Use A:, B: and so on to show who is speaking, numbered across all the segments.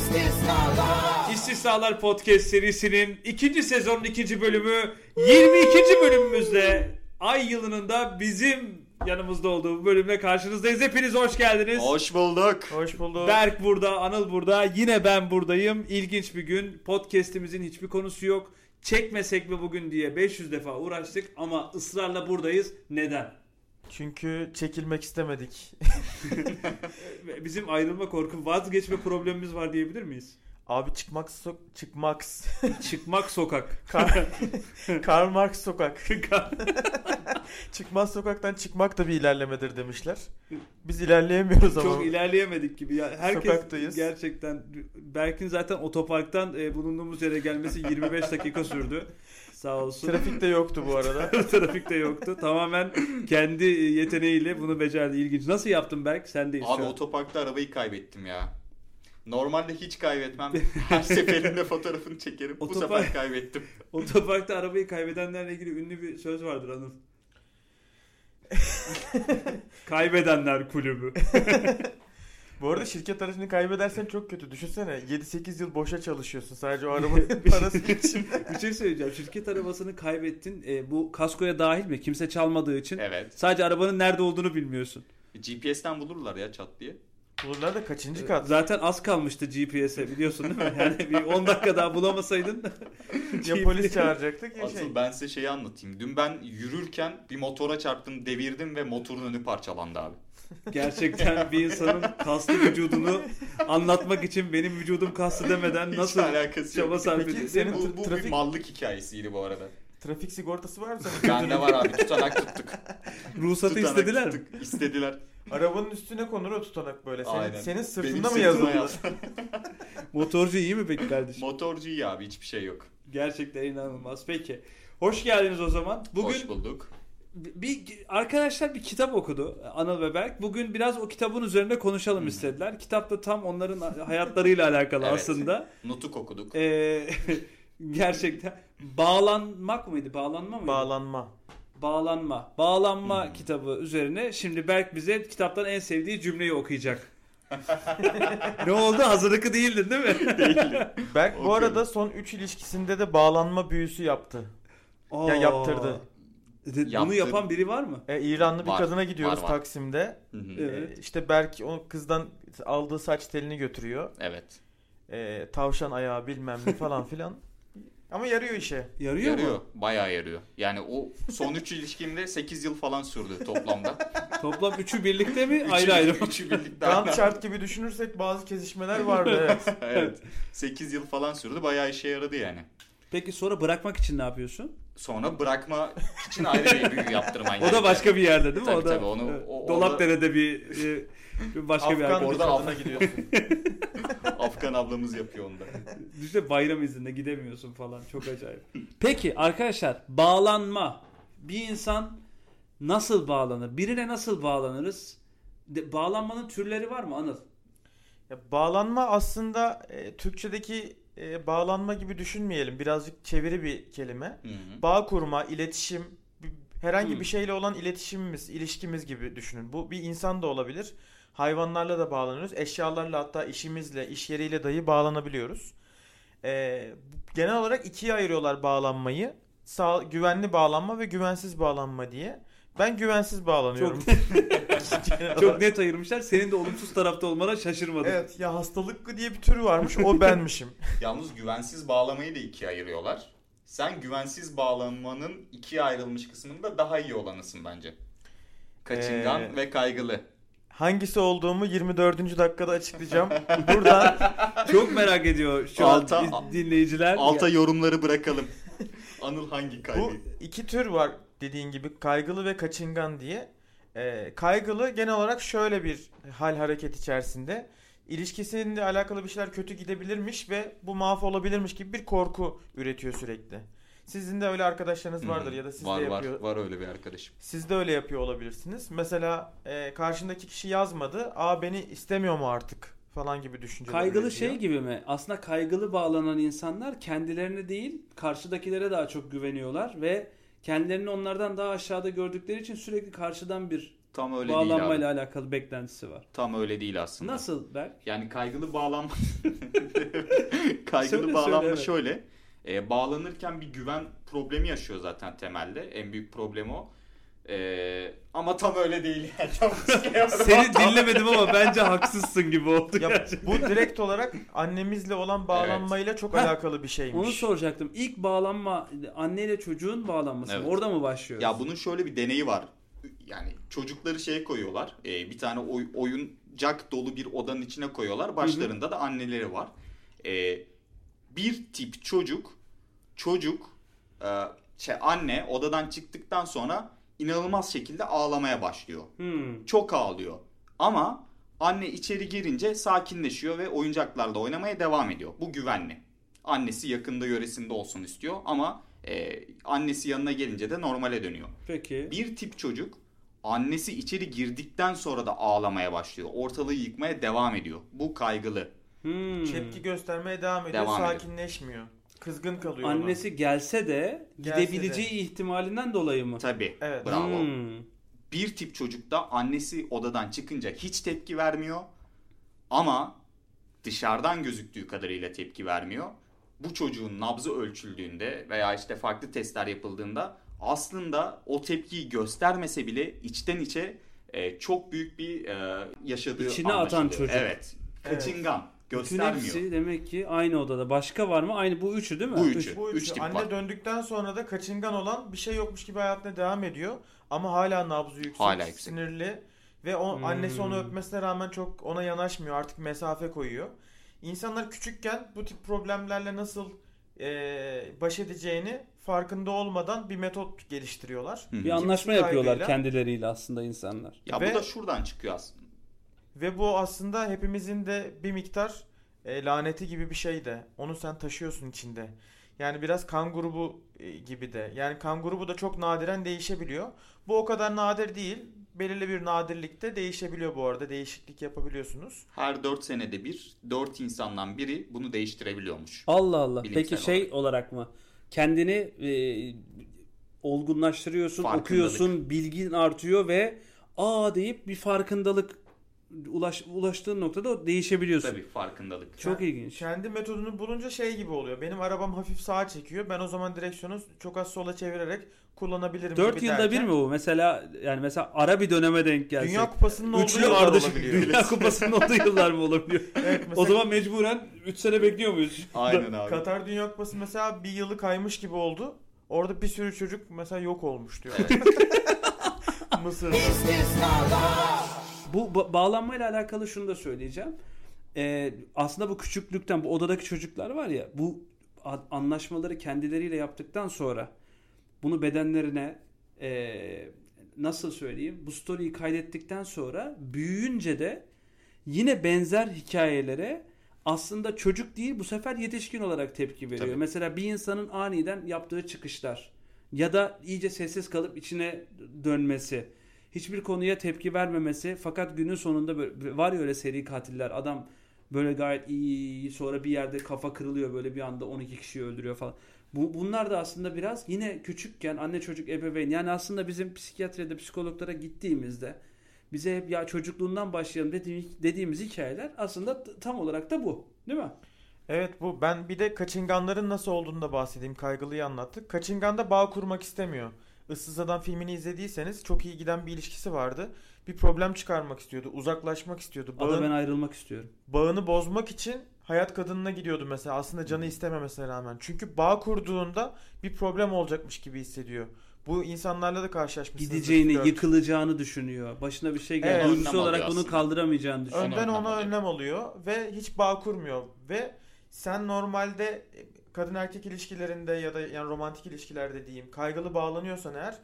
A: İstisnalar
B: İstisnalar Podcast serisinin ikinci sezonun ikinci bölümü 22. bölümümüzde ay yılının da bizim yanımızda olduğu bölümle karşınızdayız. Hepiniz hoş geldiniz.
C: Hoş bulduk.
D: Hoş bulduk.
B: Berk burada, Anıl burada, yine ben buradayım. İlginç bir gün. Podcast'imizin hiçbir konusu yok. Çekmesek mi bugün diye 500 defa uğraştık ama ısrarla buradayız. Neden?
D: Çünkü çekilmek istemedik.
B: Bizim ayrılma korku, vazgeçme problemimiz var diyebilir miyiz?
D: Abi çıkmak sok çıkmak
B: Çıkmak sokak.
D: Kar... Karl Marx sokak. Çıkmaz sokaktan çıkmak da bir ilerlemedir demişler. Biz ilerleyemiyoruz ama.
B: Çok ilerleyemedik gibi. Ya herkes
D: Sokaktayız.
B: gerçekten Berk'in zaten otoparktan e, bulunduğumuz yere gelmesi 25 dakika sürdü. Sağ olsun.
D: Trafik de yoktu bu arada.
B: Trafikte yoktu. Tamamen kendi e, yeteneğiyle bunu becerdi. İlginç. Nasıl yaptın Berk? Sen de
C: Abi otoparkta arabayı kaybettim ya. Normalde hiç kaybetmem. Her seferinde fotoğrafını çekerim. Bu
B: Otopark-
C: sefer kaybettim.
B: Otoparkta arabayı kaybedenlerle ilgili ünlü bir söz vardır Anıl. Kaybedenler kulübü.
D: Bu arada şirket aracını kaybedersen çok kötü. Düşünsene 7-8 yıl boşa çalışıyorsun sadece o arabanın parası için.
B: Bir şey söyleyeceğim. Şirket arabasını kaybettin. E, bu kaskoya dahil mi? Kimse çalmadığı için.
C: Evet.
B: Sadece arabanın nerede olduğunu bilmiyorsun.
C: GPS'ten bulurlar ya çat diye.
D: Bunlar da kaçıncı kat?
B: Ee, Zaten az kalmıştı GPS'e e, biliyorsun değil mi? Yani bir 10 dakika daha bulamasaydın da.
D: Ya polis çağıracaktık ya
C: şey Asıl
D: şey.
C: ben size şeyi anlatayım. Dün ben yürürken bir motora çarptım, devirdim ve motorun önü parçalandı abi.
B: Gerçekten bir insanın kaslı vücudunu anlatmak için benim vücudum kaslı demeden
C: Hiç
B: nasıl
C: alakası yok.
B: çaba sarf
D: Peki
B: edildi?
D: senin-
C: Bu, bu bir
D: Trafik-
C: mallık hikayesiydi bu arada.
D: Trafik sigortası var mı senin?
C: Bende var abi tutanak tuttuk.
B: Ruhsatı
C: Tutanak
B: istediler mi?
C: tuttuk. İstediler.
D: Arabanın üstüne konur o tutanak böyle. E, Senin,
C: Aynen.
D: senin
C: Benim
D: sırtında mı
C: sırtıma
D: yazıldı?
C: yazdı.
B: Motorcu iyi mi peki kardeşim?
C: Motorcu iyi abi hiçbir şey yok.
B: Gerçekten inanılmaz. Peki. Hoş geldiniz o zaman. Bugün
C: Hoş bulduk.
B: bir arkadaşlar bir kitap okudu Anıl ve Berk. Bugün biraz o kitabın üzerine konuşalım istediler. Kitap da tam onların hayatlarıyla alakalı
C: Evet.
B: aslında.
C: Nutuk okuduk.
B: Ee, gerçekten bağlanmak mıydı? Bağlanma mıydı?
D: Bağlanma.
B: Bağlanma. Bağlanma kitabı üzerine şimdi Berk bize kitaptan en sevdiği cümleyi okuyacak. ne oldu? Hazırlıklı değildin değil mi?
D: Berk bu
C: Okuyorum.
D: arada son 3 ilişkisinde de bağlanma büyüsü yaptı. Ya yaptırdı.
B: De- Bunu
C: Yaptı.
B: yapan biri var mı?
D: E, İranlı bir
C: Var,
D: kadına gidiyoruz
C: var, var.
D: Taksim'de.
C: Hı hı.
D: E,
B: Evet.
D: işte Berk o kızdan aldığı saç telini götürüyor.
C: evet.
D: E, tavşan ayağı bilmem ne falan filan. Ama yarıyor işe.
B: Yarıyor,
C: yarıyor.
B: mu?
C: Bayağı yarıyor. Yani o son 3 ilişkimde 8 yıl falan sürdü toplamda.
B: Toplam üçü birlikte mi?
C: Üçü-
B: ayrı ayrı mı?
C: Üçü birlikte.
D: Tam şart gibi düşünürsek bazı kesişmeler vardı evet.
C: evet. 8 yıl falan sürdü. Bayağı işe yaradı yani.
B: Peki sonra bırakmak için ne yapıyorsun?
C: Sonra bırakma için ayrı bir büyü yaptırman
B: O da
C: gerekiyor.
B: başka bir yerde değil mi?
C: Tabii,
B: o da
C: tabii, onu-
B: evet.
C: o-
B: Dolapdere'de bir e, bir başka bir
D: Afgan bir
B: arkadaş.
C: Orada
D: kadına
C: Af-
D: gidiyorsun.
C: Afgan ablamız yapıyor onu da.
B: Düşünsene bayram izninde gidemiyorsun falan. Çok acayip. Peki arkadaşlar bağlanma. Bir insan nasıl bağlanır? Birine nasıl bağlanırız? De- bağlanmanın türleri var mı Anıl?
D: Ya, bağlanma aslında e, Türkçedeki e, bağlanma gibi düşünmeyelim. Birazcık çeviri bir kelime.
C: Hı hı.
D: bağ kurma, iletişim, bir- herhangi
B: Hmm.
D: bir şeyle olan iletişimimiz, ilişkimiz gibi düşünün. Bu bir insan da olabilir. Hayvanlarla da bağlanıyoruz. Eşyalarla hatta işimizle, iş yeriyle dahi bağlanabiliyoruz. Ee, genel olarak ikiye ayırıyorlar bağlanmayı. Sağ, güvenli bağlanma ve güvensiz bağlanma diye. Ben güvensiz bağlanıyorum. Genel olarak.
B: Çok net ayırmışlar. Senin de olumsuz tarafta olmana şaşırmadım.
D: Evet ya hastalık diye bir tür varmış o benmişim.
C: Yalnız güvensiz bağlamayı da ikiye ayırıyorlar. Sen güvensiz bağlanmanın ikiye ayrılmış kısmında daha iyi olanısın bence. Kaçıngan
D: Ee,
C: ve kaygılı.
D: Hangisi olduğumu 24. dakikada açıklayacağım. Buradan
B: Çok merak ediyor şu an
C: Alta-
B: iz- dinleyiciler.
C: Alta yorumları bırakalım. Anıl hangi kaygı?
D: Bu iki tür var dediğin gibi kaygılı ve kaçıngan diye. Ee, kaygılı genel olarak şöyle bir hal hareket içerisinde. İlişkisinde alakalı bir şeyler kötü gidebilirmiş ve bu mahvolabilirmiş gibi bir korku üretiyor sürekli. Sizin de öyle arkadaşlarınız vardır
C: Hı,
D: ya da siz
C: Hmm. var,
D: de yapıyor.
C: Var, var öyle bir arkadaşım.
D: Siz de öyle yapıyor olabilirsiniz. Mesela e, karşındaki kişi yazmadı. Aa beni istemiyor mu artık falan gibi düşünceler.
B: Kaygılı
D: üretiyor.
B: şey gibi mi? Aslında kaygılı bağlanan insanlar kendilerine değil karşıdakilere daha çok güveniyorlar ve kendilerini onlardan daha aşağıda gördükleri için sürekli karşıdan bir
C: Tam öyle değil abi.
B: Bağlanmayla alakalı beklentisi var.
C: Tam öyle değil aslında.
B: Nasıl Berk?
C: Yani kaygılı bağlanma kaygılı
B: Söyle,
C: bağlanma
B: söyle, evet.
C: şöyle. E, bağlanırken bir güven problemi yaşıyor zaten temelde. En büyük problem o. E, ama tam öyle değil. Yani. Tam şey
B: Seni dinlemedim ama bence haksızsın gibi oldu.
D: Ya bu direkt olarak annemizle olan bağlanmayla çok
B: Heh,
D: alakalı bir şeymiş.
B: Onu soracaktım. İlk bağlanma anneyle çocuğun bağlanması. mı?
C: Evet.
B: Orada mı başlıyor?
C: Ya bunun şöyle bir deneyi var. Yani çocukları şeye koyuyorlar. e, bir tane oy- oyuncak dolu bir odanın içine koyuyorlar. Başlarında da anneleri var. E, bir tip çocuk, çocuk, e, şey anne odadan çıktıktan sonra inanılmaz şekilde ağlamaya başlıyor.
B: Hmm.
C: Çok ağlıyor. Ama anne içeri girince sakinleşiyor ve oyuncaklarla oynamaya devam ediyor. Bu güvenli. Annesi yakında yöresinde olsun istiyor ama e, annesi yanına gelince de normale dönüyor.
B: Peki.
C: Bir tip çocuk annesi içeri girdikten sonra da ağlamaya başlıyor. Ortalığı yıkmaya devam ediyor. Bu kaygılı.
B: Hmm.
D: Tepki göstermeye devam ediyor,
C: Devam ediyor.
D: sakinleşmiyor. Kızgın kalıyor. ona.
B: Annesi gelse de
D: Gelse
B: gidebileceği ihtimalinden dolayı mı?
C: Tabii.
D: Evet.
C: Bravo.
B: Hmm.
C: Bir tip çocukta annesi odadan çıkınca hiç tepki vermiyor. Ama dışarıdan gözüktüğü kadarıyla tepki vermiyor. Bu çocuğun nabzı ölçüldüğünde veya işte farklı testler yapıldığında aslında o tepkiyi göstermese bile içten içe e, çok büyük bir e, yaşadığı
B: İçine atan
C: anlaşılıyor.
B: çocuk.
C: Evet.
D: Evet.
C: Kaçıngan.
B: Bütün
C: Göstermiyor.
B: hepsi demek ki aynı odada. Başka var mı? Aynı bu üçü değil mi?
C: Bu
B: Üç.
C: üçü.
D: Bu
C: Üç
D: üçü.
C: tip
D: anne
C: var.
D: döndükten sonra da kaçıngan olan bir şey yokmuş gibi hayatına devam ediyor. Ama hala nabzı yüksek,
C: Hala yüksek.
D: sinirli ve o,
B: Hmm.
D: annesi onu öpmesine rağmen çok ona yanaşmıyor. Artık mesafe koyuyor. İnsanlar küçükken bu tip problemlerle nasıl eee, baş edeceğini farkında olmadan bir metot geliştiriyorlar.
C: Hı hı.
B: Bir anlaşma
D: Kimse
B: yapıyorlar
D: kaygıyla-
B: kendileriyle aslında insanlar.
C: Ya
D: Ve-
C: bu da şuradan çıkıyor aslında.
D: Ve bu aslında hepimizin de bir miktar e, laneti gibi bir şey de. Onu sen taşıyorsun içinde. Yani biraz kan grubu e, gibi de. Yani kan grubu da çok nadiren değişebiliyor. Bu o kadar nadir değil. Belirli bir nadirlikte değişebiliyor bu arada. Değişiklik yapabiliyorsunuz.
C: Her 4 senede bir 4 insandan biri bunu değiştirebiliyormuş.
B: Allah Allah.
C: Bilimsel
B: Peki şey olarak. mı? Kendini e, olgunlaştırıyorsun,
C: Farkındalık.
B: okuyorsun, bilgin artıyor ve aa deyip bir farkındalık ulaş, ulaştığın noktada değişebiliyorsun.
C: Tabii farkındalık.
B: Çok
D: Ben-
B: ilginç.
D: Kendi metodunu bulunca şey gibi oluyor. Benim arabam hafif sağa çekiyor. Ben o zaman direksiyonu çok az sola çevirerek kullanabilirim
B: 4
D: gibi
B: yılda
D: şey derken,
B: bir mi bu? Mesela yani mesela ara bir döneme denk gelsek.
D: Dünya Kupası'nın olduğu
B: Üçlü
D: yıllar
B: ardışık
D: olabiliyor.
B: Dünya Kupası'nın olduğu yıllar mı olabiliyor?
D: Evet,
B: o
D: mesela
B: zaman mecburen 3 sene bekliyor muyuz?
C: Aynen abi.
D: Katar Dünya Kupası mesela bir yılı kaymış gibi oldu. Orada bir sürü çocuk mesela yok olmuş diyor. Mısır.
B: Bu ba- bağlanmayla alakalı şunu da söyleyeceğim. Ee, aslında bu küçüklükten bu odadaki çocuklar var ya bu a- anlaşmaları kendileriyle yaptıktan sonra bunu bedenlerine ee, nasıl söyleyeyim bu story'i kaydettikten sonra büyüyünce de yine benzer hikayelere aslında çocuk değil bu sefer yetişkin olarak tepki veriyor.
C: Tabii.
B: Mesela bir insanın aniden yaptığı çıkışlar ya da iyice sessiz kalıp içine dönmesi, hiçbir konuya tepki vermemesi fakat günün sonunda böyle, var ya öyle seri katiller adam böyle gayet iyi sonra bir yerde kafa kırılıyor böyle bir anda 12 kişiyi öldürüyor falan. Bu, bunlar da aslında biraz yine küçükken anne çocuk ebeveyn yani aslında bizim psikiyatride psikologlara gittiğimizde bize hep ya çocukluğundan başlayalım dediğim, dediğimiz hikayeler aslında t- tam olarak da bu. Değil mi?
D: Evet bu. Ben bir de kaçınganların nasıl olduğunu da bahsedeyim. Kaygılıyı anlattık. Kaçınganda bağ kurmak istemiyor. Issız Adam filmini izlediyseniz çok iyi giden bir ilişkisi vardı. Bir problem çıkarmak istiyordu. Uzaklaşmak istiyordu.
B: Ama
D: Bağın-
B: ben ayrılmak istiyorum.
D: bağını bozmak için hayat kadınına gidiyordu mesela aslında canı istememesine rağmen. Çünkü bağ kurduğunda bir problem olacakmış gibi hissediyor. Bu insanlarla da karşılaşmışsınız.
B: Gideceğini, yıkılacağını düşünüyor. Başına bir şey
D: Evet.
B: geldi. Duygusal
C: Önlem
B: olarak
C: alıyor
B: bunu
C: aslında.
B: kaldıramayacağını düşünüyor.
D: Önden
C: Ona
D: ona
C: önlem
D: önlem alıyor ve hiç bağ kurmuyor ve sen normalde kadın erkek ilişkilerinde ya da yani romantik ilişkilerde diyeyim kaygılı bağlanıyorsan eğer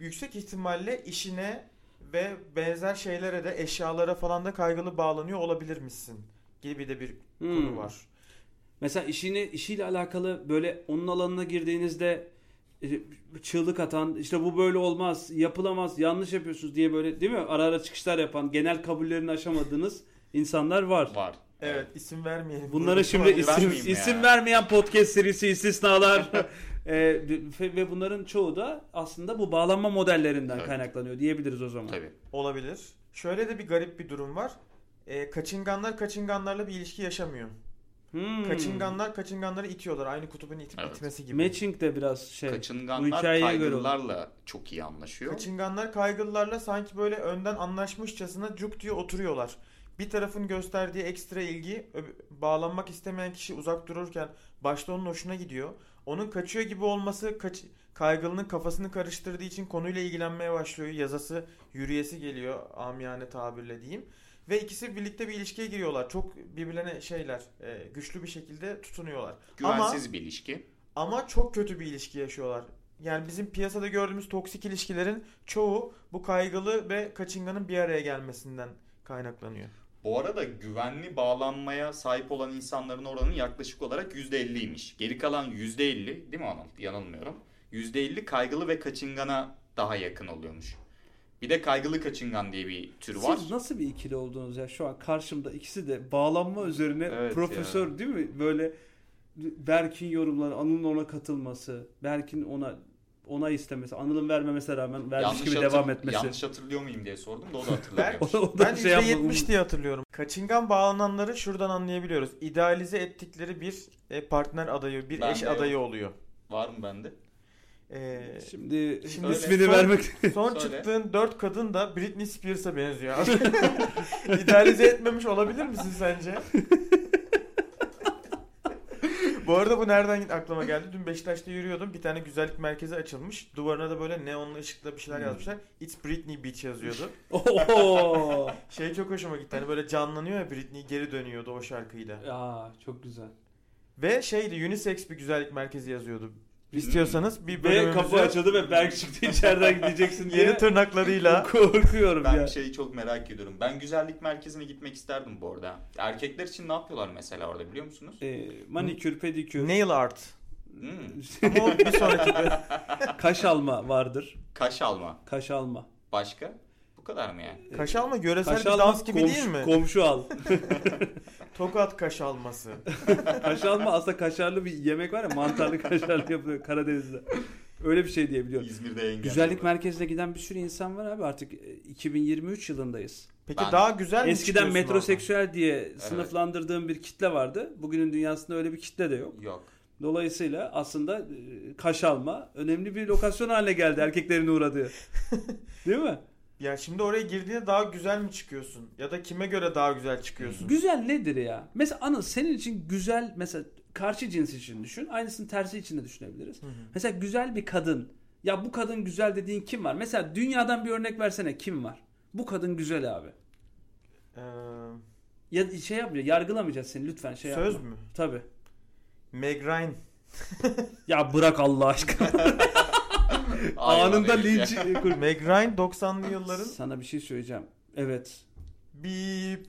D: yüksek ihtimalle işine ve benzer şeylere de eşyalara falan da kaygılı bağlanıyor olabilir misin gibi de bir
B: Hmm.
D: konu var.
B: Mesela işini işiyle alakalı böyle onun alanına girdiğinizde e, çığlık atan işte bu böyle olmaz, yapılamaz, yanlış yapıyorsunuz diye böyle değil mi? Ara ara çıkışlar yapan, genel kabullerini aşamadığınız insanlar var.
C: Var.
D: Evet isim vermeyelim.
B: Bunlara
D: Burada
B: şimdi
D: kullanıyoruz.
B: isim,
C: vermeyeyim ya.
B: isim vermeyen podcast serisi istisnalar Ee, ve ve bunların çoğu da aslında bu bağlanma modellerinden
C: Evet.
B: kaynaklanıyor diyebiliriz o zaman.
C: Tabii.
D: Olabilir. Şöyle de bir garip bir durum var. Ee, kaçınganlar kaçınganlarla bir ilişki yaşamıyor.
B: Hmm.
D: Kaçınganlar kaçınganları itiyorlar. Aynı kutubun itip
C: Evet.
D: itmesi gibi.
B: Matching de biraz şey. bu
C: Kaçınganlar
B: hikayeye göre
C: kaygılarla çok iyi anlaşıyor.
D: Kaçınganlar kaygılılarla sanki böyle önden anlaşmışçasına cuk diye oturuyorlar. Bir tarafın gösterdiği ekstra ilgi öb- bağlanmak istemeyen kişi uzak dururken başta onun hoşuna gidiyor. Onun kaçıyor gibi olması kaç kaygılının kafasını karıştırdığı için konuyla ilgilenmeye başlıyor. Yazası, yürüyesi geliyor amiyane tabirle diyeyim. Ve ikisi birlikte bir ilişkiye giriyorlar. Çok birbirlerine şeyler e, güçlü bir şekilde tutunuyorlar.
C: Güvensiz bir ilişki.
D: Ama çok kötü bir ilişki yaşıyorlar. Yani bizim piyasada gördüğümüz toksik ilişkilerin çoğu bu kaygılı ve kaçınganın bir araya gelmesinden kaynaklanıyor.
C: Bu arada güvenli bağlanmaya sahip olan insanların oranı yaklaşık olarak %50'ymiş. Geri kalan %50 değil mi Anıl? Yanılmıyorum. %50 kaygılı ve kaçıngana daha yakın oluyormuş. Bir de kaygılı kaçıngan diye bir tür var.
B: Siz nasıl bir ikili oldunuz ya şu an karşımda ikisi de bağlanma üzerine
C: Evet
B: profesör değil mi? Böyle Berk'in yorumları, Anıl'ın ona katılması, Berk'in ona ona istemesi, Anıl'ın vermemesine rağmen vermiş gibi
C: hatır-
B: devam etmesi.
C: Yanlış hatırlıyor muyum diye sordum da o da
B: O
C: hatırlamıyor.
B: da- o da
D: Ben
B: şey
D: şey
B: yapma-
D: %70 diye hatırlıyorum. Kaçıngan bağlananları şuradan anlayabiliyoruz. İdealize ettikleri bir e, partner adayı, bir
C: Ben
D: eş
C: de yok.
D: adayı oluyor.
C: var mı bende?
D: E,
B: Şimdi,
D: Şimdi
B: ismini
D: son-
B: vermek
D: son
C: Söyle.
D: çıktığın dört kadın da Britney Spears'a benziyor. İdealize etmemiş olabilir misin sence? Bu arada bu nereden aklıma geldi? Dün Beşiktaş'ta yürüyordum. Bir tane güzellik merkezi açılmış. Duvarına da böyle neonlu ışıkla bir şeyler
C: Hmm.
D: yazmışlar. It's Britney Beach yazıyordu.
B: Oho!
D: Şey çok hoşuma gitti. Hani böyle canlanıyor ya Britney geri dönüyordu o şarkıyla.
B: Aa, çok güzel.
D: Ve şeydi unisex bir güzellik merkezi yazıyordu. İstiyorsanız bir
B: Ve kapı
D: bölümümüzü
B: açıldı ve Berk çıktı içeriden gideceksin diye.
D: yeni tırnaklarıyla
B: Korkuyorum
C: Ben
B: ya.
C: bir şeyi çok merak ediyorum. Ben güzellik merkezine gitmek isterdim bu arada. Erkekler için ne yapıyorlar mesela orada biliyor musunuz?
B: Ee, manikür, pedikür,
D: nail art.
C: Hmm,
D: Ama o bir sonraki bölüm.
B: kaş alma vardır.
C: Kaş alma.
B: Kaş alma.
C: Başka? Bu kadar mı yani?
D: Kaş alma yöresel
B: Ee, Kaş
D: bir
B: alma,
D: dans gibi
B: komşu,
D: değil mi?
B: komşu al.
D: Tokat kaş alması.
B: Kaş alma aslında kaşarlı bir yemek var ya mantarlı kaşarlı yapılıyor Karadeniz'de. Öyle bir şey diyebiliyorum.
C: İzmir'de engel.
B: Güzellik merkezine giden bir sürü insan var abi artık e, 2023 yılındayız.
D: Peki
C: Ben-
D: daha güzel mi
B: Eskiden
D: çıkıyorsun
B: metroseksüel diye sınıflandırdığım bir kitle vardı. Bugünün dünyasında öyle bir kitle de yok.
C: Yok.
B: Dolayısıyla aslında e, kaş alma önemli bir lokasyon haline geldi erkeklerin uğradığı. Değil mi?
D: oradan? Ya şimdi oraya girdiğinde daha güzel mi çıkıyorsun? Ya da kime göre daha güzel çıkıyorsun?
B: Güzel nedir ya? Mesela Anıl senin için güzel mesela karşı cins için düşün. Aynısını tersi için de düşünebiliriz.
D: Hı hı.
B: Mesela güzel bir kadın. Ya bu kadın güzel dediğin kim var? Mesela dünyadan bir örnek versene kim var? Bu kadın güzel abi.
D: Ee,
B: Ya şey yapmayacağız, yargılamayacağız seni lütfen şey
D: söz
B: yapma.
D: mü?
B: Tabii.
D: Meg Ryan.
B: Ya bırak Allah aşkına. Anında
C: Hayvan herif ya.
B: linç.
D: Meg Ryan 90'lı yılların
B: Sana bir şey söyleyeceğim. Evet.
D: bip.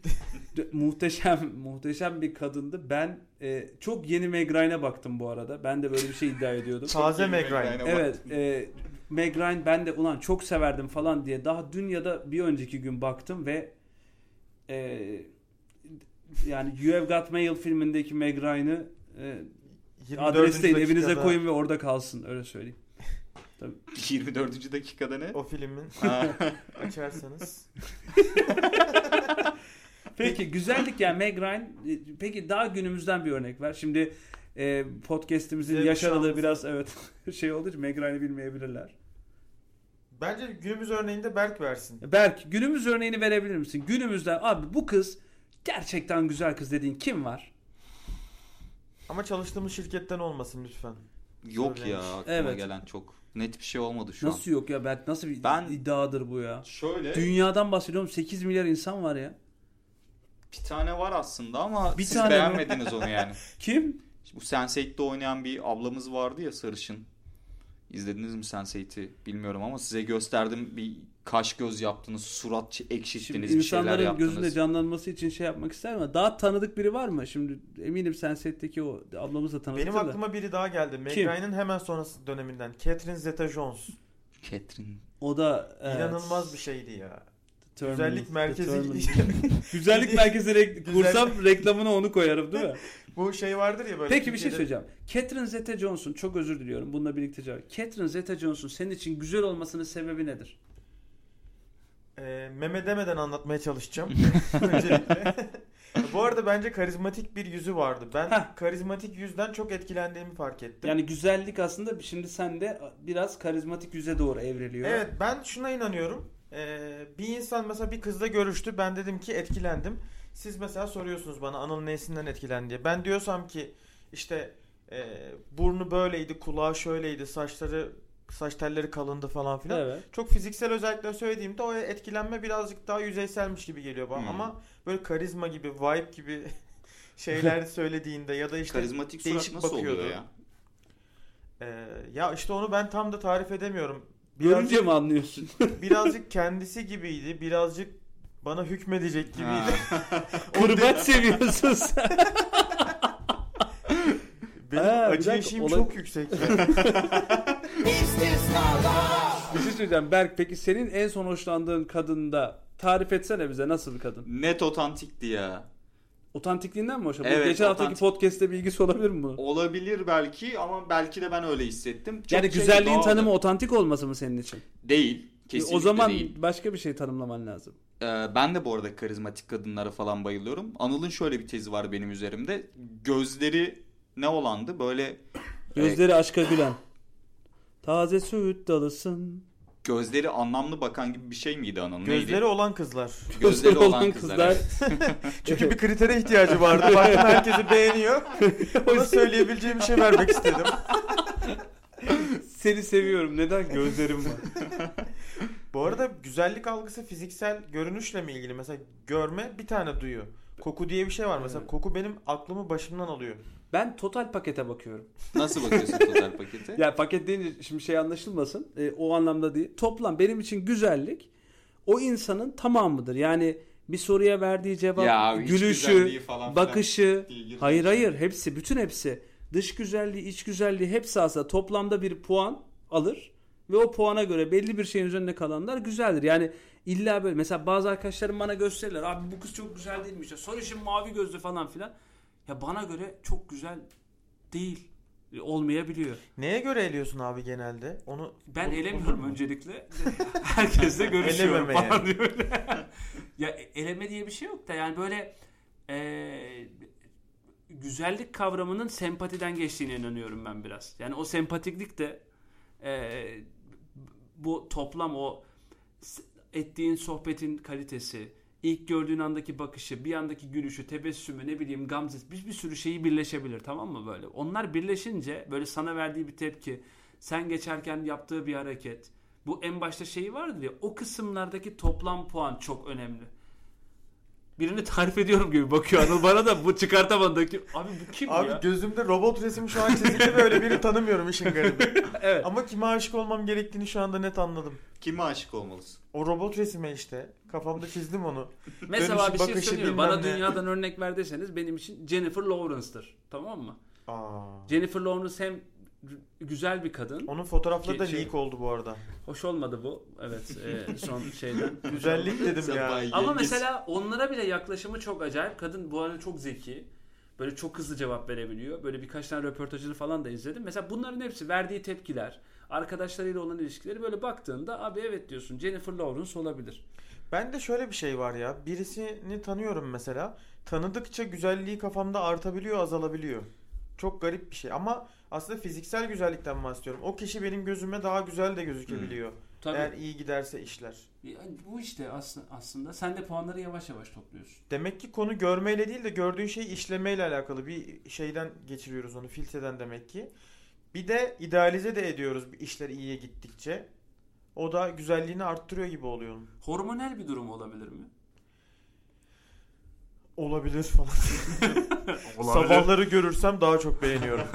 B: D- muhteşem muhteşem bir kadındı. Ben e, çok yeni Meg Ryan'a baktım bu arada. Ben de böyle bir şey iddia ediyordum.
D: Taze Meg Ryan.
C: Ryan'a bak.
B: evet. E, Meg Ryan ben de ulan çok severdim falan diye daha dün ya da bir önceki gün baktım ve e, yani You Have Got Mail filmindeki Meg Ryan'ı e,
D: 24.
B: adres değil
D: dakikada
B: evinize koyun ve orada kalsın öyle söyleyeyim.
C: 24. dakikada ne?
D: O filmin
C: Ha,
D: açarsanız.
B: Peki güzellik yani Meg Ryan e, peki daha günümüzden bir örnek ver. Şimdi e, podcast'imizin
D: Evet,
B: yaş
D: şu an-
B: aralığı biraz evet şey olduğu için Meg Ryan'ı bilmeyebilirler.
D: Bence günümüz örneğinde Berk versin.
B: Berk günümüz örneğini verebilir misin? Günümüzden abi bu kız gerçekten güzel kız dediğin kim var?
D: Ama çalıştığımız şirketten olmasın lütfen.
C: Yok ya
D: Söylemiş.
C: aklıma
B: Evet.
C: gelen çok net bir şey olmadı şu
B: nasıl yok ya Berk nasıl bir
C: Ben-
B: iddiadır bu ya?
C: an. Şöyle
B: Dünyadan bahsediyorum 8 milyar insan var ya.
C: bir tane var aslında ama
B: Bir
C: siz
B: tane mi?
C: beğenmediniz onu yani.
B: Kim?
C: Bu Sense8'de oynayan bir ablamız vardı ya sarışın. İzlediniz mi Sense8'i bilmiyorum ama size gösterdim bir kaş göz yaptınız, surat
B: Şimdi
C: ekşittiniz bir şeyler
B: insanların
C: yaptınız.
B: gözünde canlanması için şey yapmak ister mi? Daha tanıdık biri var mı? Şimdi eminim sen setteki o ablamız da tanıdık.
D: Benim aklıma biri daha geldi. Meg
B: Kim?
D: Ryan'ın hemen sonrası döneminden. Catherine Zeta-Jones.
C: Catherine.
B: O da evet,
D: İnanılmaz bir şeydi ya.
B: Terminal.
D: Güzellik merkezi
B: Determinal. Güzellik merkezi rek- kursam reklamına onu koyarım değil mi?
D: bu şey vardır ya böyle.
B: Peki bir şey
D: Türkiye'de-
B: söyleyeceğim. Catherine Zeta-Johnson çok özür diliyorum bununla birlikte cevap. Catherine Zeta-Johnson senin için güzel olmasının sebebi nedir?
D: Ee, meme demeden anlatmaya çalışacağım. Öncelikle. Bu arada bence karizmatik bir yüzü vardı. Ben
B: Heh.
D: karizmatik yüzden çok etkilendiğimi fark ettim.
B: Yani güzellik aslında şimdi sende biraz karizmatik yüze doğru evriliyor.
D: Evet ben şuna inanıyorum. Ee, bir insan mesela bir kızla görüştü. Ben dedim ki etkilendim. Siz mesela soruyorsunuz bana Anıl nesinden etkilendi diye. Ben diyorsam ki işte e, burnu böyleydi, kulağı şöyleydi, saçları saç telleri kalındı falan filan.
B: Evet.
D: Çok fiziksel özellikler söylediğimde o etkilenme birazcık daha yüzeyselmiş gibi geliyor bana
C: Hmm.
D: ama böyle karizma gibi, vibe gibi şeyler söylediğinde ya da işte
C: Karizmatik surat
D: değişik
C: nasıl oluyor
D: bakıyordu.
C: ya?
D: e, ya işte onu ben tam da tarif edemiyorum. Birazcık-
B: Görünce mi anlıyorsun?
D: birazcık kendisi gibiydi. Birazcık bana hükmedecek
C: Ha.
D: gibiydi.
B: Kırbet seviyorsun sen.
D: Benim
B: Ha, bir
D: acı
B: dakika,
D: eşiğim
B: olay-
D: çok yüksek.
B: Bir şey söyleyeceğim Berk peki senin en son hoşlandığın kadında tarif etsene bize nasıl bir kadın?
C: Net otantikti ya.
B: Otantikliğinden mi hoşlandın?
C: Evet,
B: Geçen
C: otantik.
B: haftaki podcast'te bilgisi olabilir mi bunun?
C: Olabilir belki ama belki de ben öyle hissettim. Çok
B: yani
C: şey
B: güzelliğin
C: doğaldı.
B: tanımı otantik olması mı senin için?
C: değil. Kesinlikle
B: o zaman
C: değil.
B: başka bir şey tanımlaman lazım.
C: Ee, ben de bu arada karizmatik kadınlara falan bayılıyorum. Anıl'ın şöyle bir tezi var benim üzerimde. Gözleri ne olandı? Böyle
B: Gözleri aşka gülen. Taze söğüt dalısın.
C: gözleri anlamlı bakan gibi bir şey miydi Anıl?
D: Gözleri
C: Neydi?
D: olan kızlar.
C: Gözleri olan kızlar. evet.
D: Çünkü bir kritere ihtiyacı vardı. Baktım herkesi beğeniyor. Ona söyleyebileceğim bir şey vermek istedim.
B: Seni seviyorum. Neden gözlerim var?
D: Bu arada güzellik algısı fiziksel görünüşle mi ilgili? Mesela görme bir tane duyu. Koku diye bir şey var. Mesela
B: Evet.
D: koku benim aklımı başımdan alıyor.
B: Ben total pakete bakıyorum.
C: Nasıl bakıyorsun total pakete?
B: Ya paket deyince şimdi şey anlaşılmasın. E, o anlamda değil. Toplam benim için güzellik o insanın tamamıdır. Yani bir soruya verdiği cevap,
C: Ya, iç güzelliği
B: gülüşü,
C: falan filan
B: bakışı.
C: değil, girme.
B: Hayır hayır hepsi bütün hepsi. Dış güzelliği, iç güzelliği hepsi aslında toplamda bir puan alır. Ve o puana göre belli bir şeyin üzerinde kalanlar güzeldir. Yani illa böyle mesela bazı arkadaşlarım bana gösterirler. Abi bu kız çok güzel değilmiş. Ya, Son işin mavi gözlü falan filan. Ya bana göre çok güzel değil. E, Olmayabiliyor.
D: Neye göre eliyorsun abi genelde? Onu
B: Ben
D: Olur- olur
B: elemiyorum
D: mu?
B: öncelikle. Herkesle görüşüyorum
D: Elememeye.
B: falan diyor. ya e- eleme diye bir şey yok da yani böyle e, güzellik kavramının sempatiden geçtiğine inanıyorum ben biraz. Yani o sempatiklik de e, bu toplam o s- ettiğin sohbetin kalitesi, ilk gördüğün andaki bakışı, bir andaki gülüşü, tebessümü, ne bileyim gamzesi bir, bir sürü şeyi birleşebilir tamam mı böyle? Onlar birleşince böyle sana verdiği bir tepki, sen geçerken yaptığı bir hareket. Bu en başta şeyi vardır ya o kısımlardaki toplam puan çok önemli. Birini tarif ediyorum gibi bakıyor Anıl bana da bu çıkartamadı. Abi bu kim
D: Abi
B: ya?
D: gözümde robot resim şu an çizildi böyle biri tanımıyorum işin garibi.
B: Evet.
D: Ama kime aşık olmam gerektiğini şu anda net anladım.
C: Kime aşık olmalısın?
D: O robot resime işte. Kafamda çizdim onu.
B: Mesela
D: dönüşü,
B: bir şey
D: bakışı,
B: söylüyorum.
D: bilmem
B: Bana
D: ne.
B: dünyadan örnek ver deseniz benim için Jennifer Lawrence'dır. Tamam mı?
D: Aa.
B: Jennifer Lawrence hem güzel bir kadın.
D: Onun fotoğrafları da
B: Şey-
D: leak oldu bu arada.
B: Hoş olmadı bu. Evet. e, son şeyden.
D: Güzellik dedim
C: Sen
D: ya.
C: bayağı
B: Ama
C: yengesin.
B: mesela onlara bile yaklaşımı çok acayip. Kadın bu arada çok zeki. Böyle çok hızlı cevap verebiliyor. Böyle birkaç tane röportajını falan da izledim. Mesela bunların hepsi verdiği tepkiler, arkadaşlarıyla olan ilişkileri böyle baktığında abi evet diyorsun Jennifer Lawrence olabilir.
D: Ben de şöyle bir şey var ya. Birisini tanıyorum mesela. Tanıdıkça güzelliği kafamda artabiliyor, azalabiliyor. Çok garip bir şey ama aslında fiziksel güzellikten bahsediyorum. O kişi benim gözüme daha güzel de gözükebiliyor.
B: Tabii.
D: Eğer iyi giderse işler.
B: Yani bu işte aslında, aslında sen de puanları yavaş yavaş topluyorsun.
D: Demek ki konu görmeyle değil de gördüğün şeyi işlemeyle alakalı bir şeyden geçiriyoruz onu filtreden demek ki. Bir de idealize de ediyoruz işler iyiye gittikçe. O da güzelliğini arttırıyor gibi oluyor. onun.
B: Hormonal bir durum olabilir mi?
D: Olabilir falan. Sabahları görürsem daha çok beğeniyorum.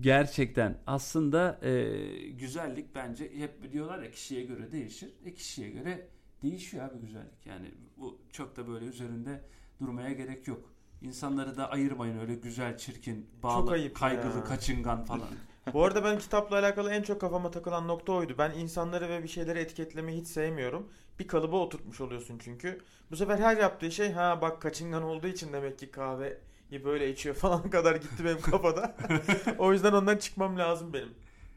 B: Gerçekten aslında e, güzellik bence hep diyorlar ya kişiye göre değişir. E kişiye göre değişiyor abi güzellik. Yani bu çok da böyle üzerinde durmaya gerek yok. İnsanları da ayırmayın öyle güzel, çirkin, bağlı,
D: ayıp
B: kaygılı,
D: ya.
B: kaçıngan falan.
D: Bu arada ben kitapla alakalı en çok kafama takılan nokta oydu. Ben insanları ve bir şeyleri etiketlemeyi hiç sevmiyorum. Bir kalıba oturtmuş oluyorsun çünkü. Bu sefer her yaptığı şey ha bak kaçıngan olduğu için demek ki kahveyi böyle içiyor falan kadar gitti benim kafada. o yüzden ondan çıkmam lazım benim.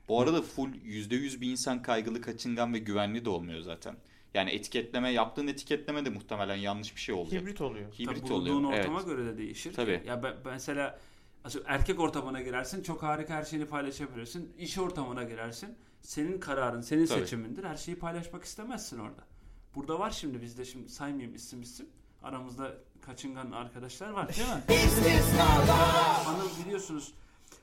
C: Bu arada full %100 bir insan kaygılı, kaçıngan ve güvenli de olmuyor zaten. Yani etiketleme, yaptığın etiketleme de muhtemelen yanlış bir şey olacak.
D: Hibrit oluyor.
C: Hibrit
B: Tabii bulunduğun
C: oluyor.
B: ortama
C: evet.
B: göre de değişir.
C: Tabii.
B: Ya ben, mesela aslında erkek ortamına girersin çok harika her şeyini paylaşabilirsin. İş ortamına girersin senin kararın, senin
C: Tabii.
B: seçimindir. Her şeyi paylaşmak istemezsin orada. Burada var şimdi bizde şimdi saymayayım isim isim. Aramızda kaçıngan arkadaşlar var değil mi? Hanım biliyorsunuz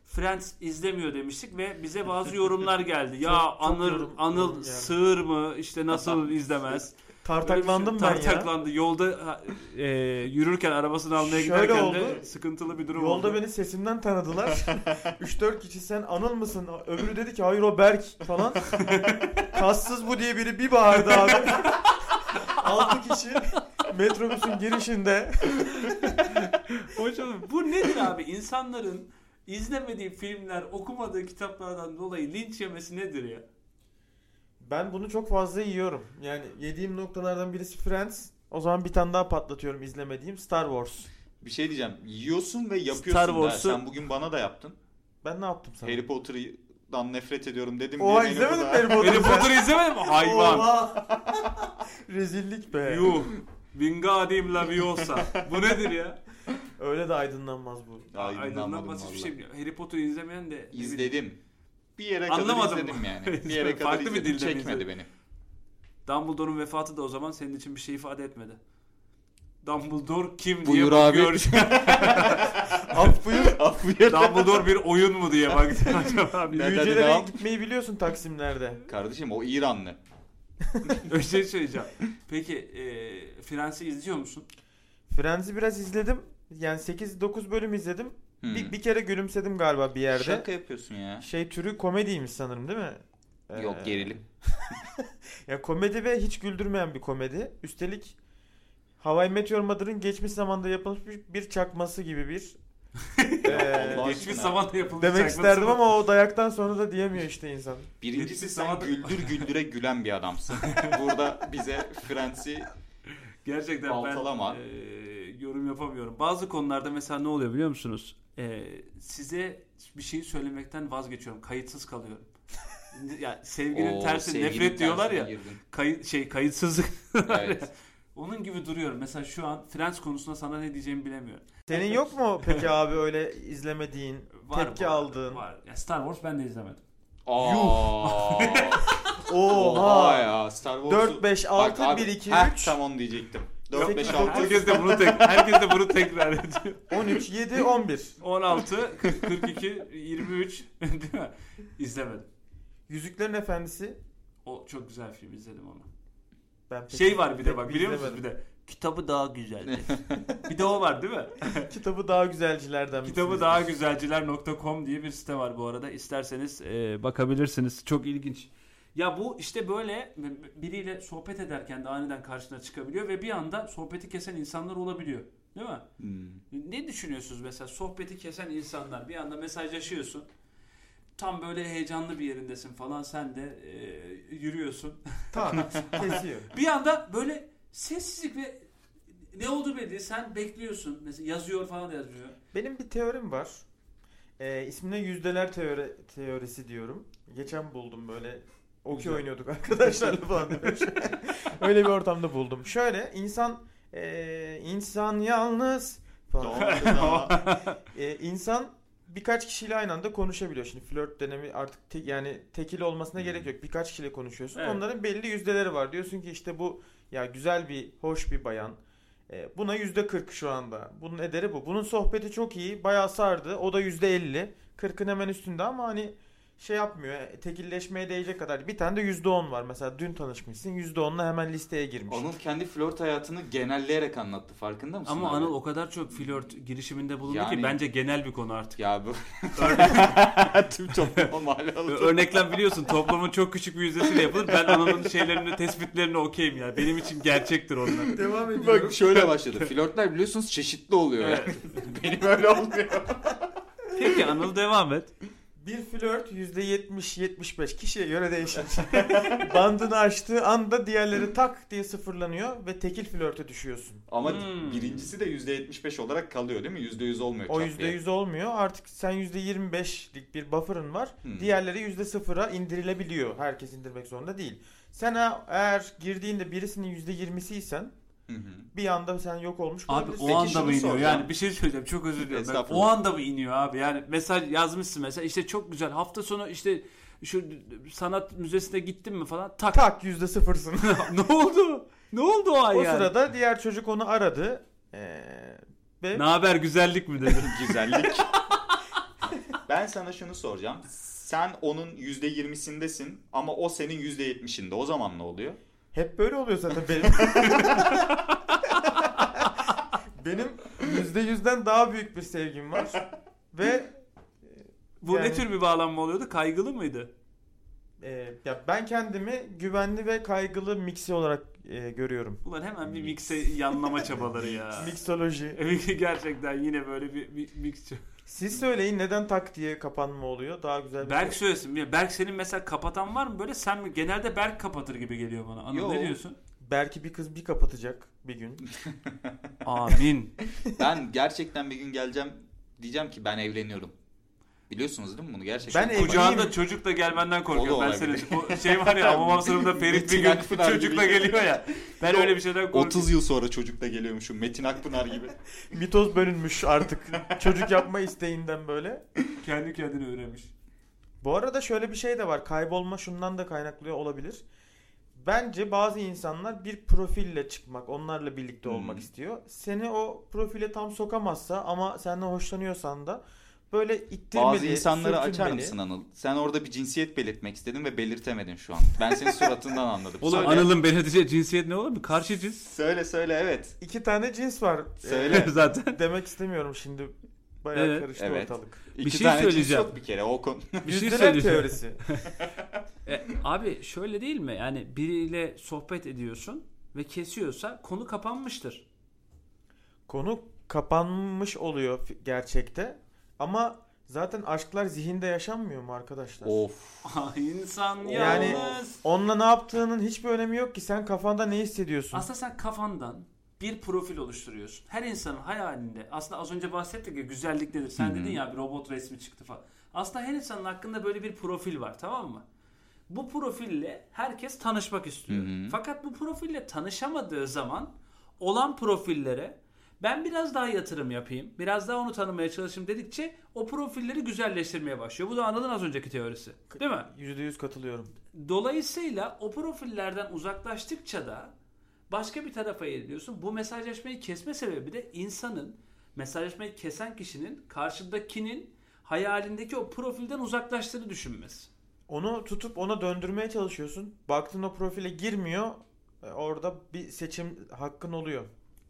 B: Friends izlemiyor demiştik ve bize bazı yorumlar geldi. Ya
D: Çok- çok
B: Anıl,
D: yorum-
B: Anıl
D: yorum geldi.
B: sığır mı? İşte nasıl izlemez?
D: Tartaklandım ben
B: Böyle bir şey-
D: ya.
B: Tartaklandı. Yolda ha, e, yürürken arabasını almaya
D: Şöyle
B: giderken de
D: oldu.
B: sıkıntılı bir durum
D: Yolda
B: oldu.
D: beni sesimden tanıdılar. 3-4 kişi sen Anıl mısın? Öbürü dedi ki hayır o Berk falan. Kassız bu diye biri bir bağırdı abi. 6 kişi metrobüsün girişinde.
B: Hoş oğlum. Bu nedir abi? İnsanların izlemediği filmler, okumadığı kitaplardan dolayı linç yemesi nedir ya?
D: Ben bunu çok fazla yiyorum. Yani yediğim noktalardan birisi Friends. O zaman bir tane daha patlatıyorum izlemediğim Star Wars.
C: Bir şey diyeceğim. Yiyorsun ve yapıyorsun
B: Star
C: da.
B: Wars'u-
C: Sen bugün bana da yaptın.
D: Ben ne yaptım sana?
C: Harry Potter'dan nefret ediyorum dedim. diye
D: Oha
C: beni
D: izlemedin mi
C: bu da-
D: Harry Potter'ı?
B: Harry Potter'ı izlemedin mi? Hayvan.
D: Oha. Rezillik be.
B: Yuh. Wingardium Leviosa. Bu nedir ya?
D: Öyle de aydınlanmaz bu.
C: Aydınlanmadım
B: Aydınlanması bir
C: vallahi.
B: şey mi? Harry Potter'ı izlemeyen de...
C: İzledim. Bir yere
B: Anlamadım
C: kadar izledim
B: mı?
C: yani. Bir yere kadar
B: Farklı bir
C: izledim.
B: dilde mi
C: Çekmedi
B: izledin?
C: beni.
B: Dumbledore'un vefatı da o zaman senin için bir şey ifade etmedi. Dumbledore kim diye
C: Buyur
B: bu
C: abi.
B: görüş-
D: Af buyur.
C: Af bir yere-
B: Dumbledore bir oyun mu diye bak acaba. bir-
C: Ne dedi
D: Büyücülere
C: lan?
D: gitmeyi biliyorsun Taksimler'de.
C: Kardeşim o İranlı.
B: Bir şey söyleyeceğim. Peki e, Friends'i izliyor musun?
D: Friends'i biraz izledim. Yani 8-9 bölüm izledim.
C: Hmm.
D: Bir, bir kere gülümsedim galiba bir yerde.
C: Şaka yapıyorsun ya.
D: Şey türü komediymiş sanırım değil mi? Ee,
C: Yok gerilim.
D: Ya komedi ve hiç güldürmeyen bir komedi. Üstelik Hawaii Meteor Mother'ın geçmiş zamanda yapılmış bir, bir çakması gibi bir. Ee,
C: Allah
B: Hiçbir
C: aşkına.
B: zaman da yapılmış.
D: demek
B: çakması
D: isterdim
B: mı?
D: ama o dayaktan sonra da diyemiyor işte insan.
C: Birincisi sen
B: Zaman-
C: güldür güldüre gülen bir adamsın. Burada bize Fransi
B: Gerçekten
C: Baltalama.
B: ben e, yorum yapamıyorum. Bazı konularda mesela ne oluyor biliyor musunuz? E, size bir şey söylemekten vazgeçiyorum. Kayıtsız kalıyorum. ya sevginin
C: Oo,
B: tersi
C: sevginin
B: nefret diyorlar
C: tersine
B: ya.
C: girdin.
B: Kayıt şey kayıtsızlık.
C: Evet.
B: Onun gibi duruyorum. Mesela şu an Friends konusunda sana ne diyeceğimi bilemiyorum.
D: Senin yok mu peki abi öyle izlemediğin,
B: Var
D: tepki
B: bu arada,
D: aldığın?
B: Var. Ya Star Wars ben de izlemedim.
C: Aa. Oha
D: Oha.
C: ya Star Wars'u.
D: 4 5
C: Bak
D: 6
C: abi,
D: 1 2
C: heh,
D: 3
C: Tam onu diyecektim. 4 5
D: Sekiz,
C: 6
B: Herkes de bunu tek herkes de bunu tekrar ediyor.
D: 13 7 11.
B: 16, 42, 23 değil mi? İzlemedim.
D: Yüzüklerin Efendisi
B: O çok güzel film izledim onu.
D: ben pek-
B: Şey var bir de
D: pek
B: bak biliyor musunuz bir
D: izlemedim.
B: de. Kitabı daha güzeldi. bir de o var değil mi?
D: Kitabı daha güzelcilerden
B: Kitabı
D: misiniz?
B: daha güzelciler.com diye bir site var bu arada. İsterseniz e, bakabilirsiniz. Çok ilginç. Ya bu işte böyle biriyle sohbet ederken de aniden karşına çıkabiliyor ve bir anda sohbeti kesen insanlar olabiliyor. Değil mi?
C: Hmm.
B: Ne düşünüyorsunuz mesela sohbeti kesen insanlar bir anda mesajlaşıyorsun. Tam böyle heyecanlı bir yerindesin falan sen de e, yürüyorsun.
D: Tamam, kesiyor.
B: Bir anda böyle sessizlik ve ne oldu belli değil, sen bekliyorsun. Mesela yazıyor falan yazıyor.
D: Benim bir teorim var. Ee, ismine yüzdeler teori, teorisi diyorum. Geçen buldum böyle okey
B: Güzel.
D: oynuyorduk arkadaşlarla falan demiş. Öyle bir ortamda buldum. Şöyle insan e, insan yalnız falan. E, insan birkaç kişiyle aynı anda konuşabiliyor. Şimdi flört dönemi artık tek, yani tekil olmasına
C: Hı.
D: gerek yok. Birkaç kişiyle konuşuyorsun.
B: Evet.
D: Onların belli yüzdeleri var. Diyorsun ki işte bu ya güzel bir, hoş bir bayan. E, buna yüzde 40 şu anda. Bunun ederi bu. Bunun sohbeti çok iyi. Bayağı sardı. O da yüzde 50. 40'ın hemen üstünde ama hani şey yapmıyor. e, Tekilleşmeye değecek kadar. Bir tane de yüzde 10 var. Mesela dün tanışmışsın. Yüzde 10'la hemen listeye girmiş.
C: Anıl kendi flört hayatını genelleyerek anlattı farkında mısın?
B: Ama
C: abi?
B: Anıl o kadar çok flört girişiminde bulundu ki
C: Yani-
B: bence genel bir konu artık.
C: Ya bu tüm topluma mal oldu.
B: Örneklem biliyorsun toplamın çok küçük bir yüzdesiyle yapılır. Ben Anıl'ın şeylerini, tespitlerini okeyim ya. Benim için gerçektir onlar.
D: Devam
C: Bak şöyle başladı. Flörtler biliyorsunuz çeşitli oluyor. Yani. Benim öyle olmuyor.
B: Peki Anıl devam et.
D: Bir flört %70-75 kişiye göre değişir. Bandını açtığı anda diğerleri tak diye sıfırlanıyor ve tekil flörte düşüyorsun.
C: Ama
B: Hmm.
C: birincisi de %75 olarak kalıyor değil mi? %100 olmuyor.
D: O
C: çat diye.
D: %100 olmuyor. Artık sen %25'lik bir buffer'ın var.
B: Hmm.
C: Hı.
D: Diğerleri %0'a indirilebiliyor. Herkes indirmek zorunda değil. Sen ha- eğer girdiğinde birisinin %20'siysen
C: Hı hı.
D: bir anda sen yok olmuş
B: Abi
D: olabilirsin.
B: o anda
C: şunu
B: mı iniyor?
C: soracağım.
B: Yani bir şey söyleyeceğim. Çok özür diliyorum. Ben-
C: Estağfurullah.
B: o anda mı iniyor abi? Yani mesaj yazmışsın mesela işte çok güzel hafta sonu işte şu sanat müzesine gittin mi falan tak.
D: Tak %0'sın.
B: ne oldu? Ne oldu o ay
D: o
B: yani?
D: sırada diğer çocuk onu aradı. Ee, ve
B: Ne haber güzellik mi dedi?
C: Güzellik. ben sana şunu soracağım. Sen onun %20'sindesin ama o senin %70'inde. O zaman ne oluyor?
D: Hep böyle oluyor zaten benim. benim yüzde yüzden daha büyük bir sevgim var. Ve
B: Bu ne
D: Yani-
B: tür bir bağlanma oluyordu? Kaygılı mıydı?
D: e, ya ben kendimi güvenli ve kaygılı miksi olarak e, görüyorum.
B: Ulan hemen bir mikse yanlama çabaları ya.
D: Miksoloji.
B: Gerçekten yine böyle bir, bir mix.
D: Siz söyleyin neden tak diye kapanma oluyor? Daha güzel bir şey.
B: Berk söylesin. Ya Berk senin mesela kapatan var mı? Böyle sen mi? Genelde Berk kapatır gibi geliyor bana. Anıl ne
C: Yo.
B: diyorsun?
D: Belki bir kız bir kapatacak bir gün.
B: Amin.
C: Ben gerçekten bir gün geleceğim diyeceğim ki ben evleniyorum. Biliyorsunuz değil mi bunu gerçekten?
D: Ben ev-
B: Ee, Kucağında çocuk da gelmenden
C: O
B: korkuyorum.
C: da
B: Ben
C: olabilir.
B: senin o şey var ya babam sınıfında Ferit
C: Metin
B: bir gün
C: Akpınar gibi.
B: çocukla geliyor ya. Ben
C: Yo,
B: öyle bir şeyden korkuyorum.
C: 30 yıl sonra çocukla geliyormuşum Metin Akpınar gibi.
D: Mitoz bölünmüş artık. Çocuk yapma isteğinden böyle.
B: Kendi kendini öğrenmiş.
D: Bu arada şöyle bir şey de var. Kaybolma şundan da kaynaklıyor olabilir. Bence bazı insanlar bir profille çıkmak, onlarla birlikte
C: Hmm.
D: olmak istiyor. Seni o profile tam sokamazsa ama senden hoşlanıyorsan da böyle ittirmeli,
C: Bazı insanları açar
D: sürtünmeli.
C: mısın Anıl? Sen orada bir cinsiyet belirtmek istedin ve belirtemedin şu an. Ben senin suratından anladım.
B: Oğlum
C: söyle.
B: Anıl'ın belirtici cinsiyet ne olur mu? Karşı cins.
C: söyle söyle evet.
D: İki tane cins var.
C: Söyle. Evet.
B: Zaten.
D: Ee, demek istemiyorum şimdi. Bayağı
B: Evet.
D: karıştı
C: Evet.
D: ortalık.
C: İki
B: şey
C: tane cins
B: söyleyeceğim.
C: yok bir kere o konu.
B: Bir şey
D: Yüzdeler
B: söyleyeceğim.
D: teorisi.
B: E, abi şöyle değil mi? Yani biriyle sohbet ediyorsun ve kesiyorsa konu kapanmıştır.
D: Konu kapanmış oluyor fi- gerçekte. Ama zaten aşklar zihinde yaşanmıyor mu arkadaşlar?
C: of.
B: İnsan
D: Yani-
B: Ah, yalnız.
D: Onunla ne yaptığının hiçbir önemi yok ki. Sen kafanda ne hissediyorsun?
B: Aslında sen kafandan bir profil oluşturuyorsun. Her insanın hayalinde aslında az önce bahsettik ya güzellik nedir? Sen
C: Hı hı.
B: dedin ya bir robot resmi çıktı falan. Aslında her insanın hakkında böyle bir profil var tamam mı? Bu profille herkes tanışmak istiyor.
C: Hı hı.
B: Fakat bu profille tanışamadığı zaman olan profillere ben biraz daha yatırım yapayım, biraz daha onu tanımaya çalışayım dedikçe o profilleri güzelleştirmeye başlıyor. Bu da Anıl'ın az önceki teorisi. Değil mi?
D: %100 katılıyorum.
B: Dolayısıyla o profillerden uzaklaştıkça da başka bir tarafa eğiliyorsun. Bu mesajlaşmayı kesme sebebi de insanın mesajlaşmayı kesen kişinin karşıdakinin hayalindeki o profilden uzaklaştığını düşünmesi.
D: Onu tutup ona döndürmeye çalışıyorsun. Baktın o profile girmiyor. E, Orada bir seçim hakkın oluyor.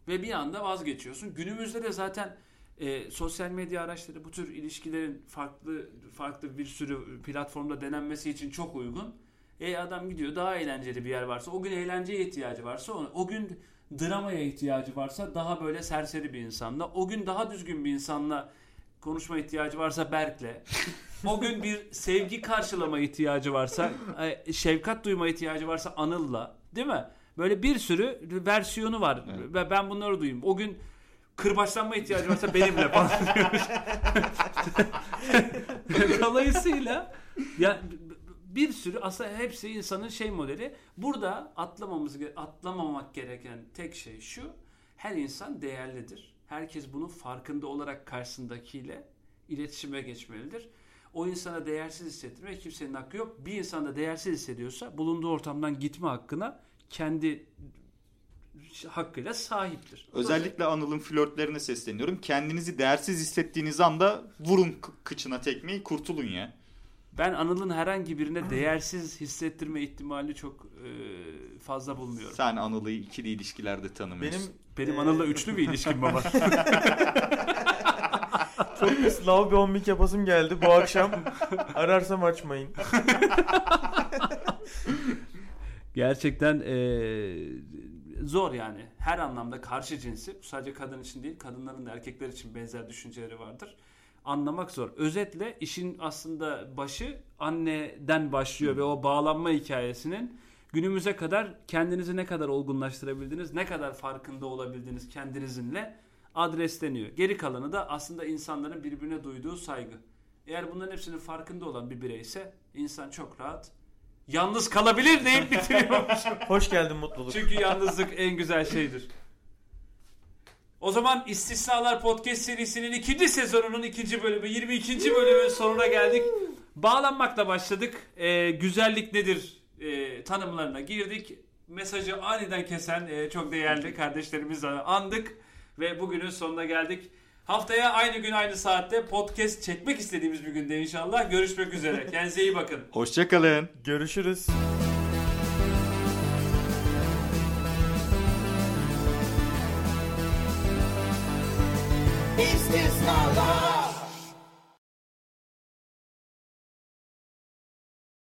B: Ve bir anda vazgeçiyorsun. Günümüzde de zaten e, sosyal medya araçları bu tür ilişkilerin farklı farklı bir sürü platformda denenmesi için çok uygun. E adam gidiyor daha eğlenceli bir yer varsa o gün eğlenceye ihtiyacı varsa onu, o gün dramaya ihtiyacı varsa daha böyle serseri bir insanla o gün daha düzgün bir insanla konuşma ihtiyacı varsa Berk'le o gün bir sevgi karşılama ihtiyacı varsa e, şefkat duyma ihtiyacı varsa Anıl'la değil mi? Böyle bir sürü versiyonu var
C: Evet.
B: ve ben bunları duyayım. O gün kırbaçlanma ihtiyacı varsa benimle falan diyormuş. Dolayısıyla ya bir sürü aslında hepsi insanın şey modeli. Burada atlamamız ge- atlamamak gereken tek şey şu. Her insan değerlidir. Herkes bunun farkında olarak karşısındakiyle iletişime geçmelidir. O insana değersiz hissettirmek kimsenin hakkı yok. Bir insan da değersiz hissediyorsa bulunduğu ortamdan gitme hakkına kendi hakkıyla sahiptir.
C: Özellikle Anıl'ın flörtlerine sesleniyorum. Kendinizi değersiz hissettiğiniz anda vurun kı- kıçına tekmeyi kurtulun ya.
B: Ben Anıl'ın herhangi birine değersiz hissettirme ihtimalini çok e, fazla bulmuyorum.
C: Sen Anıl'ı ikili ilişkilerde tanımıyorsun.
D: Benim
B: Benim
D: Ee,
B: Anıl'la üçlü bir ilişkim baba.
D: çok pis love bombing yapasım geldi bu akşam. Ararsam açmayın.
B: Gerçekten eee, zor yani. Her anlamda karşı cinsi. Bu sadece kadın için değil, kadınların da erkekler için benzer düşünceleri vardır. anlamak zor. Özetle işin aslında başı anneden başlıyor ve o bağlanma hikayesinin günümüze kadar kendinizi ne kadar olgunlaştırabildiniz, ne kadar farkında olabildiniz kendinizinle adresleniyor. Geri kalanı da aslında insanların birbirine duyduğu saygı. Eğer bunların hepsinin farkında olan bir bireyse insan çok rahat yalnız kalabilir deyip bitiriyormuş.
D: Hoş geldin mutluluk.
B: Çünkü yalnızlık en güzel şeydir. O zaman İstisnalar Podcast serisinin ikinci sezonunun ikinci bölümü, 22. bölümün sonuna geldik. Bağlanmakla başladık. Ee, güzellik nedir e, tanımlarına girdik. Mesajı aniden kesen e, çok değerli kardeşlerimizle andık. Ve bugünün sonuna geldik. Haftaya aynı gün aynı saatte podcast çekmek istediğimiz bir günde inşallah. Görüşmek üzere. Kendinize iyi bakın.
C: Hoşçakalın.
D: Görüşürüz.
A: Is this my life?